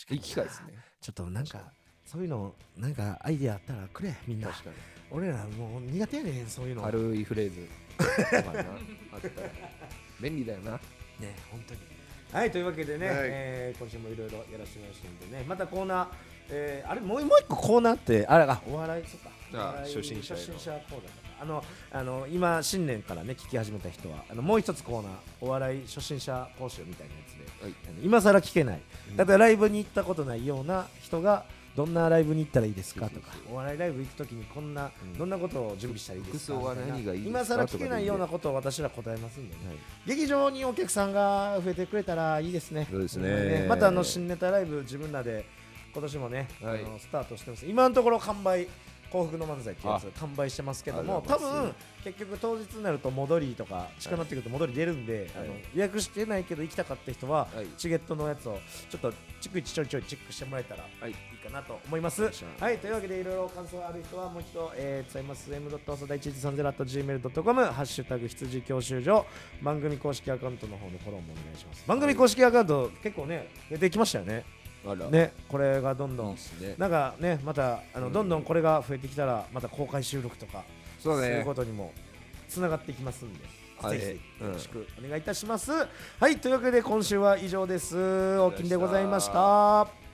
Speaker 2: 確
Speaker 1: いい機会ですね
Speaker 2: ちょっとなんかそういうのなんかアイディアあったらくれみんな
Speaker 1: 確かに
Speaker 2: 俺らもう苦手やねんそういうの
Speaker 1: 軽いフレーズとかなあったら便利だよな
Speaker 2: ね本当にはいというわけでね、
Speaker 1: はい
Speaker 2: えー今週もいろいろやらせてもらいましたんでねまたコーナー、えーあれもうもう一個コーナーってあれあお笑いそっか
Speaker 1: あ
Speaker 2: お笑い
Speaker 1: 初心者への
Speaker 2: 初心者コーナーとかあのあの今新年からね聞き始めた人はあのもう一つコーナーお笑い初心者講習みたいなやつで
Speaker 1: はい
Speaker 2: あの今更聞けない、
Speaker 1: うん
Speaker 2: だからライブに行ったことないような人がどんなライブに行ったらいいですかとかお笑いライブ行くときにこんな、
Speaker 1: うん
Speaker 2: どんなことを準備したらいいですか
Speaker 1: 服装は
Speaker 2: みたいな
Speaker 1: 何がいいですか
Speaker 2: 今更聞
Speaker 1: とか
Speaker 2: け
Speaker 1: で
Speaker 2: ない
Speaker 1: いい
Speaker 2: よ
Speaker 1: よ
Speaker 2: うなことを私ら答えますんでね、
Speaker 1: はい
Speaker 2: 劇場にお客さんが増えてくれたらいいですね
Speaker 1: そうですね
Speaker 2: ほんまにまたあの新ネタライブ自分らで今年もね、
Speaker 1: はい
Speaker 2: あのスタートしてます今のところ完売幸福の漫才っていうやつ完売してますけども
Speaker 1: あ
Speaker 2: 多
Speaker 1: ありがとうござい
Speaker 2: 分
Speaker 1: ま
Speaker 2: 結局当日になると戻りとか近くなってくると戻り出るんで、
Speaker 1: はい
Speaker 2: あの予約してないけど行きたかった人は、
Speaker 1: はい
Speaker 2: チゲットのやつをちょっと逐一ちょいちょいチェックしてもらえたら
Speaker 1: はい
Speaker 2: いいかなと思います。
Speaker 1: お
Speaker 2: は
Speaker 1: 願いします
Speaker 2: い、というわけでいろいろ感想ある人はもう一度、えー、伝えます。m. ドット第一三ゼロ at gmail.com ハッシュタグ羊教習所番組公式アカウントの方のフォローもお願いします。番組公式アカウント、結構ね出てきましたよね。
Speaker 1: あら、
Speaker 2: ねこれがどんど
Speaker 1: いい
Speaker 2: ん
Speaker 1: っすね。
Speaker 2: なんかねまたあの、
Speaker 1: うん
Speaker 2: どんどんこれが増えてきたらまた公開収録とか
Speaker 1: そう
Speaker 2: す
Speaker 1: だ
Speaker 2: る
Speaker 1: ね
Speaker 2: こ。とにもつながっていきますんで。
Speaker 1: はい
Speaker 2: ぜひよろしくお願いいたします。はい、というわけで今週は以上です。おきんでございました。